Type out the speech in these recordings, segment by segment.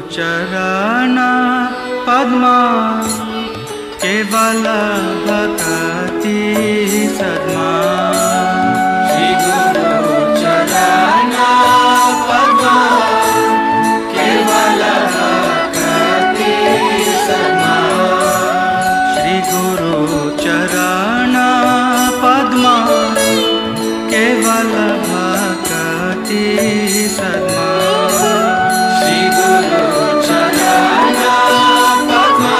श्रीगुरुचरणा पद्मा केवल भक्ति सद्मा श्रीगुरुचरणा पद्मा केवल भक्ति सद्मा श्रीगुरुचरणा पद्मा केवल भक्ति सद्मा श्रीगुरुचरणा पद्मा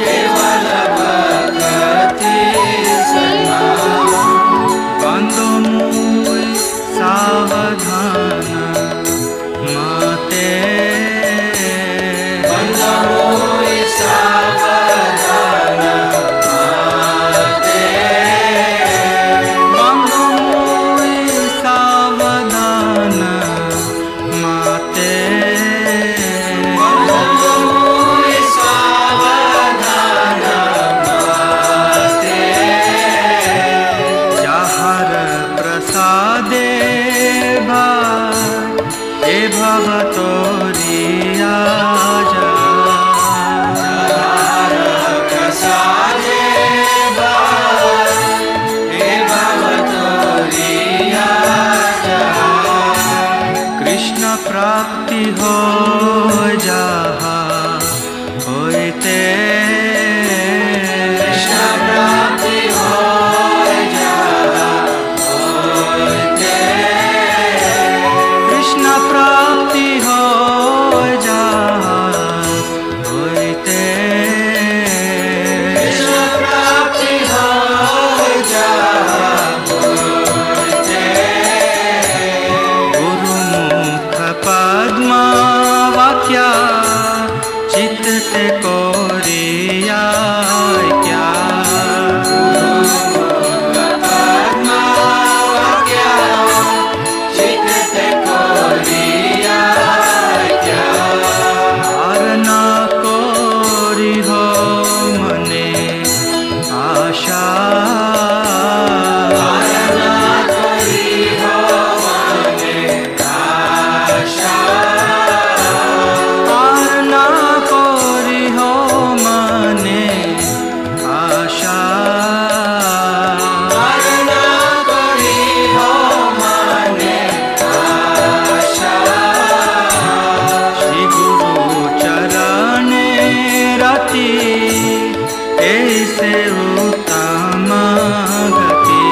केवल भक्ति सद्मा बन्धु मूल सावधान माते बन्धु मूल सावधान बङ्गमूल सावधान माते बङ्गमूल सावधान माते जहर प्रसादे भाय हे भवतोरिया जहर प्रसादे भाय हे भवतोरिया कृष्ण प्राप्ति हो जाहा होते कृष्ण प्राप्ति हो कृष्ण प्राप्ति हो जाहा होते कृष्ण प्राप्ति हो जाहा गुरुमुख पद्मा वाक्या चित्त ते कोरिया क्या पद्मा वाक्या चित्त ते कोरिया क्या हरना कोरि हो मने आशा हरना कोरि हो मने आशा हरना कोरि हो मने आशा हरना कोरि हो मने श्री गुरु चरणे रति ऐसे उत्तम गति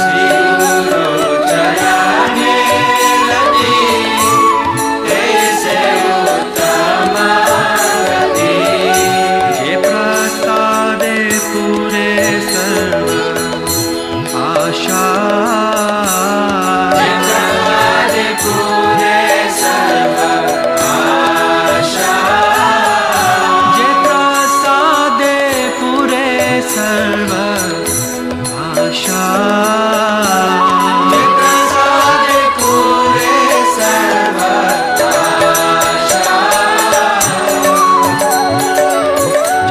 श्री गुरु चरणे रति ऐसे उत्तम गति हे प्रसादे पूरे सर्व आशा पूरे सर्व जय प्रसादे पुरे सर्व आशा जय प्रसादे पुरे सर्व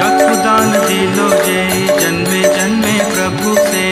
चक्षुदान दिलो जे जन्मे जन्मे प्रभु से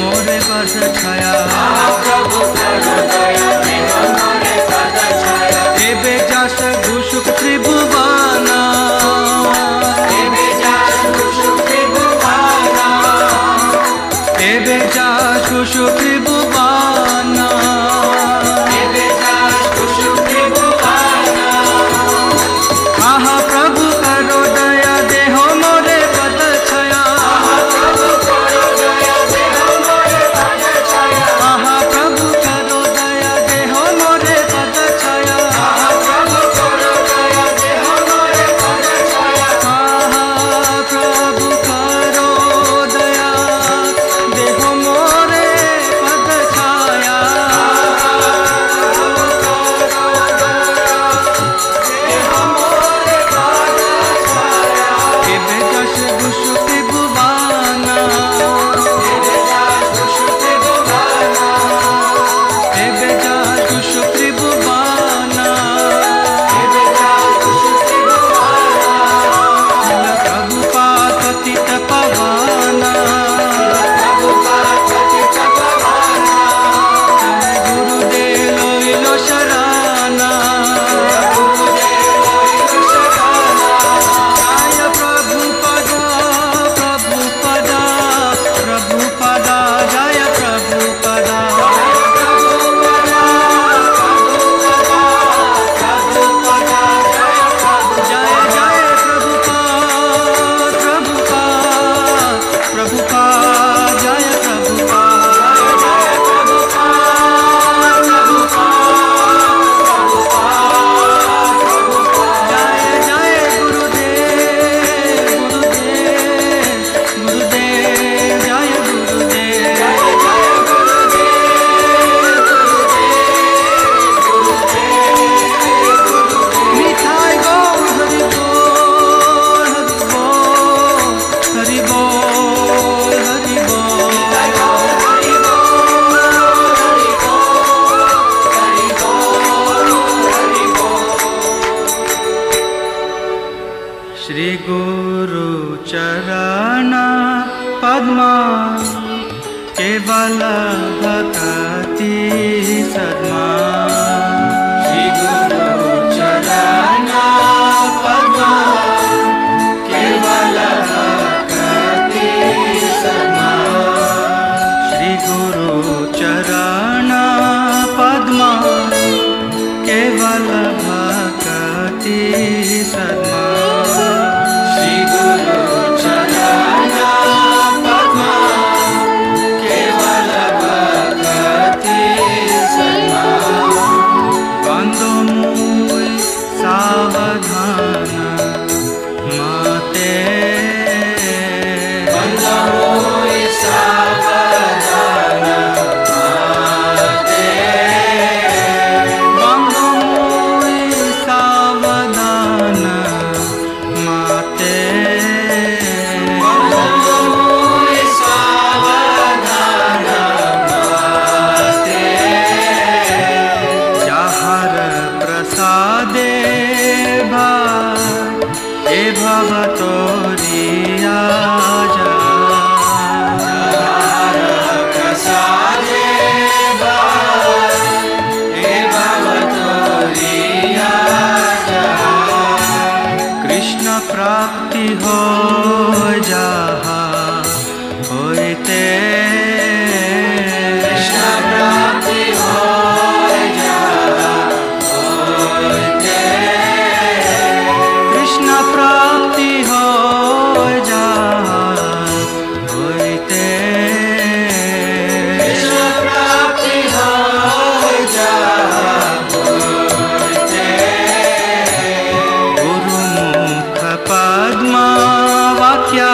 छाया तेबे जास घुसुक त्रिभुवाना तेबे जास घुसुक त्रिभुवाना आहा प्रभु करो दया देहो मोरे पद छाया आहा प्रभु करो दया देहो मोरे पद छाया आहा प्रभु करो दया देहो मोरे पद छाया तेबे जास घुसुक त्रिभुवाना तेबे जास घुसुक त्रिभुवाना प्रभुपापतित पवाना गुरुदेलो इलो शराना आय प्रभुपदा प्रभुपदा प्रभुपदा जय प्रभुपदा जय जय प्रभुपा प्रभुपा प्रभुपा जय प्रभुपा जय जय गुरुदेव गुरुदेव गुरुदेव जय गुरुदेव जय जय गुरुदेव गुरुदेव गुरुदेव मिठाई गो हरि बोल हरि बोल हरि बोल हरि बोल हरि श्री गुरु चरण पद्मा केवल भक्ति सदमा श्री गुरु चरण पद्मा केवल भक्ति सदमा श्री गुरु चरण पद्मा केवल भक्ति सदमा श्री गुरु चरण पद्मा केवल भक्ति सदमा बांधो मूल सावधान माते बांधो मूल सावधान माते बंधु मोहि सावधान माते बंधु मोहि सावधान माते जहर प्रसादे भाई हे भव तोरिया जा जहर प्रसादे भाई कृष्ण प्राप्ति हो जहा होते कृष्ण प्राप्ति हो कृष्ण प्राप्ति हो जहा होते कृष्ण प्राप्ति हो जहा गुरुमुख पद्मा वाक्या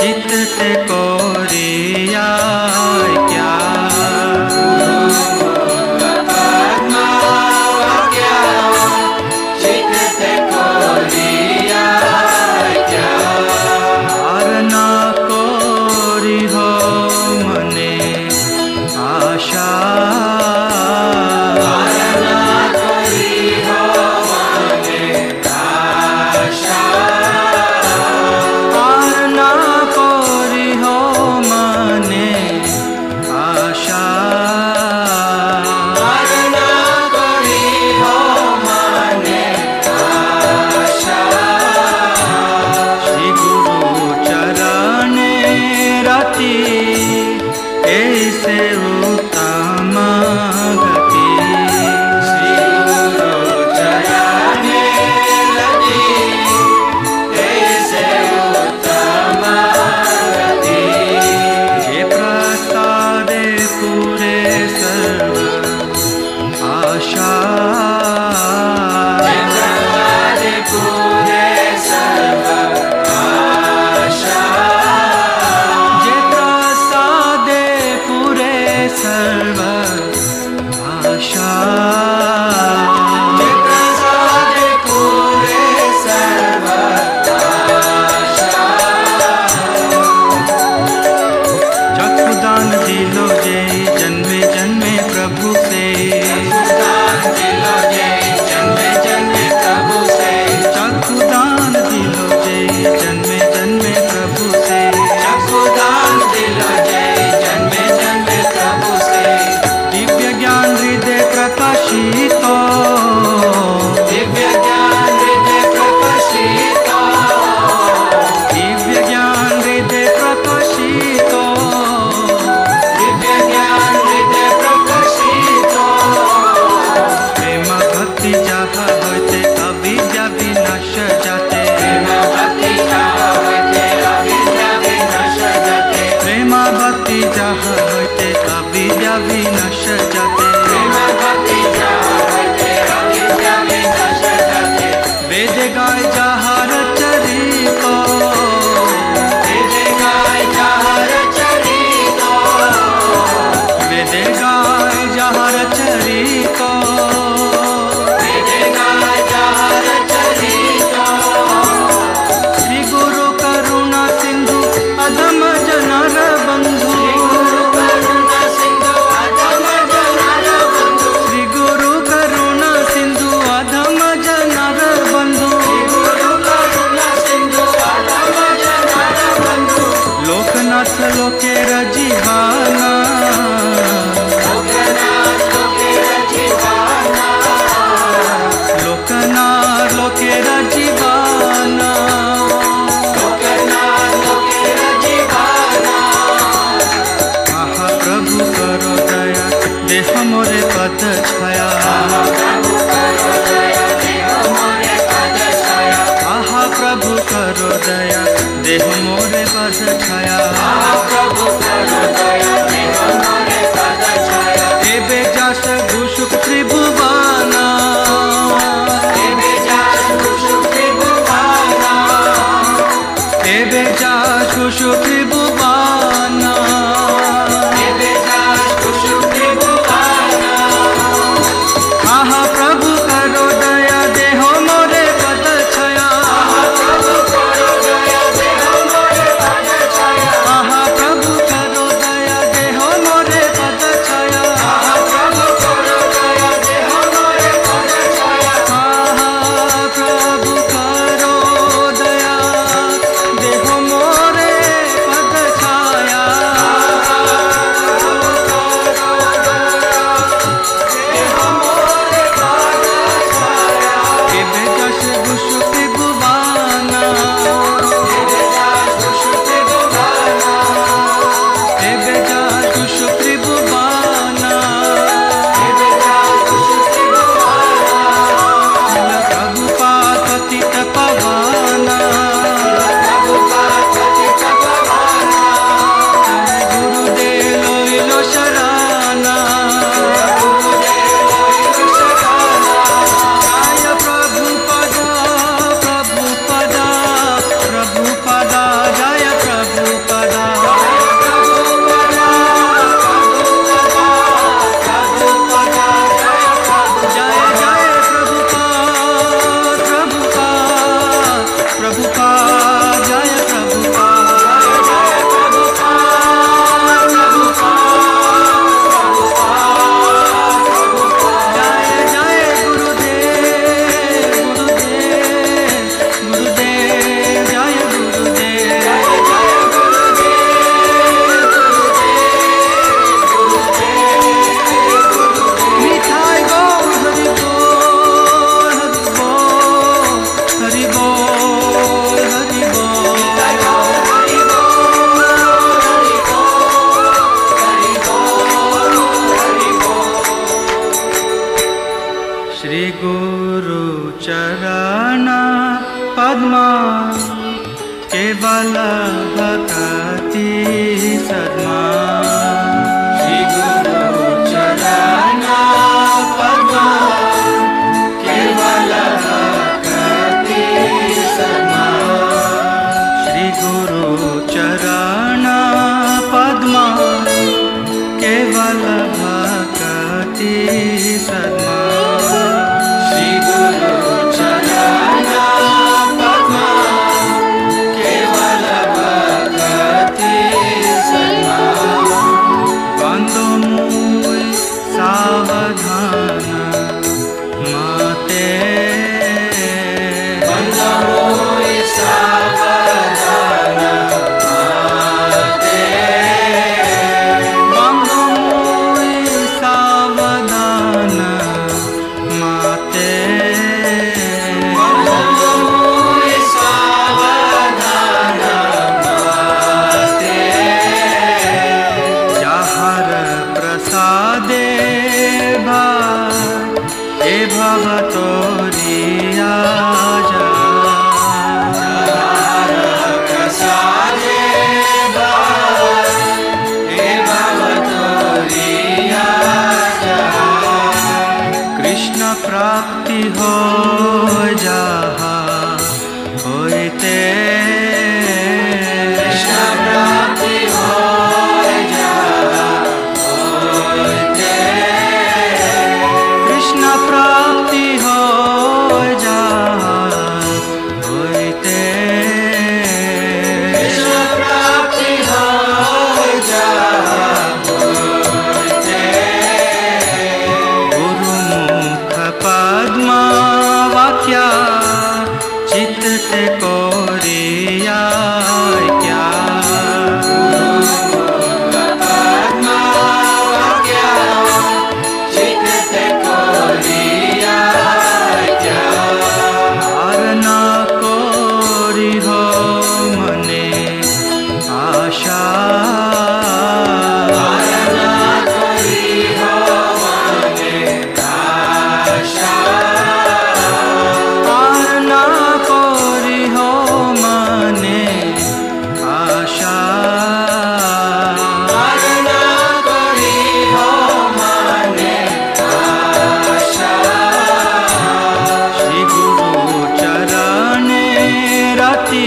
चित्त से कोरिया क्या धारणा कोरि हो मने आशा धारणा कोरि हो विनाश जाते प्रेमा भक्ति जाह होते अविद्या विनाश जाते वेद गाय जाहर चरित वेद गाय जाहर चरित श्री गुरु करुणा सिंधु अधम जनार बंधु श्री गुरु करुणा सिंधु अधम जनार बंधु लोकनाथ लोके रजीवाना लोकनाथ लोके रजीवाना आहा प्रभु करो दया देह मोरे पद छाया आहा प्रभु करो दया देह मोरे पद छाया एबे जास घुसुक त्रिभुवाना एबे जास घुसुक त्रिभुवाना आहा प्रभु करो दया देह मोरे पद छाया आहा प्रभु करो दया देह मोरे पद छाया आहा प्रभु करो दया देह मोरे पद छाया एबे जास घुसुक त्रिभुवाना एबे जास घुसुक त्रिभुवाना प्रभुपापतित पवाना गुरुदेलो इलो शराना आय प्रभुपदा प्रभुपदा प्रभुपदा जय प्रभुपदा जय जय प्रभुपा प्रभुपा प्रभुपा जय प्रभुपा जय जय गुरुदेव गुरुदेव गुरुदेव जय गुरुदेव मिठाई गौर हरि बोल हरि बोल हरि बोल हरि बोल श्री गुरु चरण पद्मा केवल भक्ति सद्मा श्री गुरु चरण पद्मा केवल भक्ति सद्मा श्री गुरु चरण पद्मा केवल भक्ति सद्मा श्री गुरु चरण पद्मा केवल भक्ति हो जाहा होइते कृष्ण प्राप्ति हो जाहा होइते कृष्ण प्राप्ति हो जाहा होइते कृष्ण प्राप्ति हो जाहा गुरुमुख पद्मा वाक्या चित्त कोरिया क्या हारना कोरी हो मने आशा हारना कोरी हो मने आशा हारना कोरी हो मने श्री गुरु चरणे रति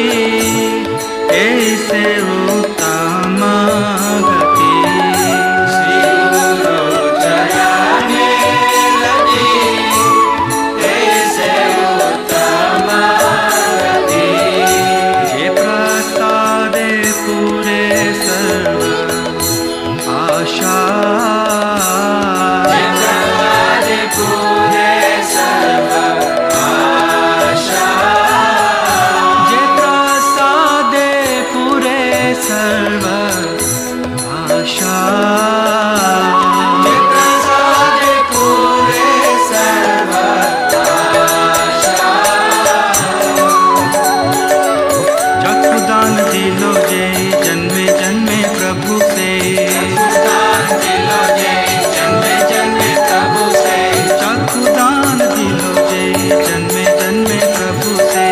ऐसे उत्तम गति श्री गुरु चरणे रति ऐसे उत्तम गति जे प्रसादे पूरे सर्व आशा पूरे सर्व जे प्रसादे पुरे सर्व आशा चक्षुदान दिलो जे जन्मे जन्मे प्रभु से चक्षुदान दिलो जे जन्मे जन्मे प्रभु से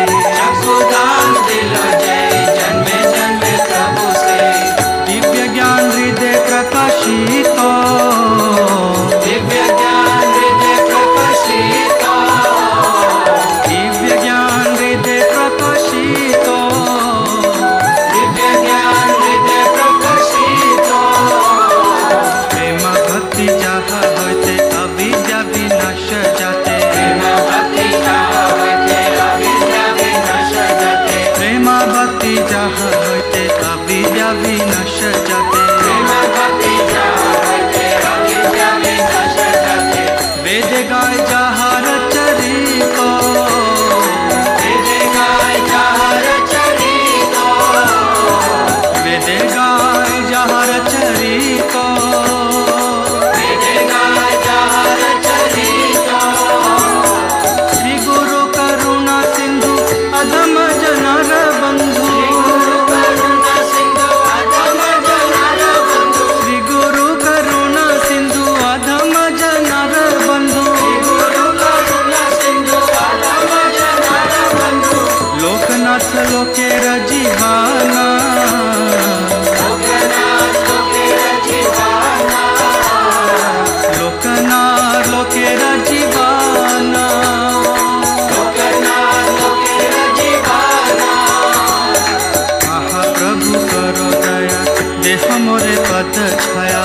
दिव्य ज्ञान हृदय प्रकाशित दिव्य ज्ञान हृदय प्रकाशित प्रेम भक्ति जह होते अविद्या विनाश जाते प्रेम भक्ति जह होते अविद्या विनाश जाते वेद गाय जहार चरित वेद गाय जहार चरित श्री गुरु करुणा सिंधु अधम जनार बंधु श्री गुरु करुणा सिंधु अधम जनार बंधु लोकनाथ लोकेर जीवाना लोकनाथ लोकेर जीवाना महाप्रभु करो दया देह मोरे पद छाया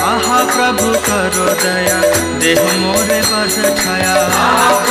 महा प्रभु करो दया देह मोरे पद छाया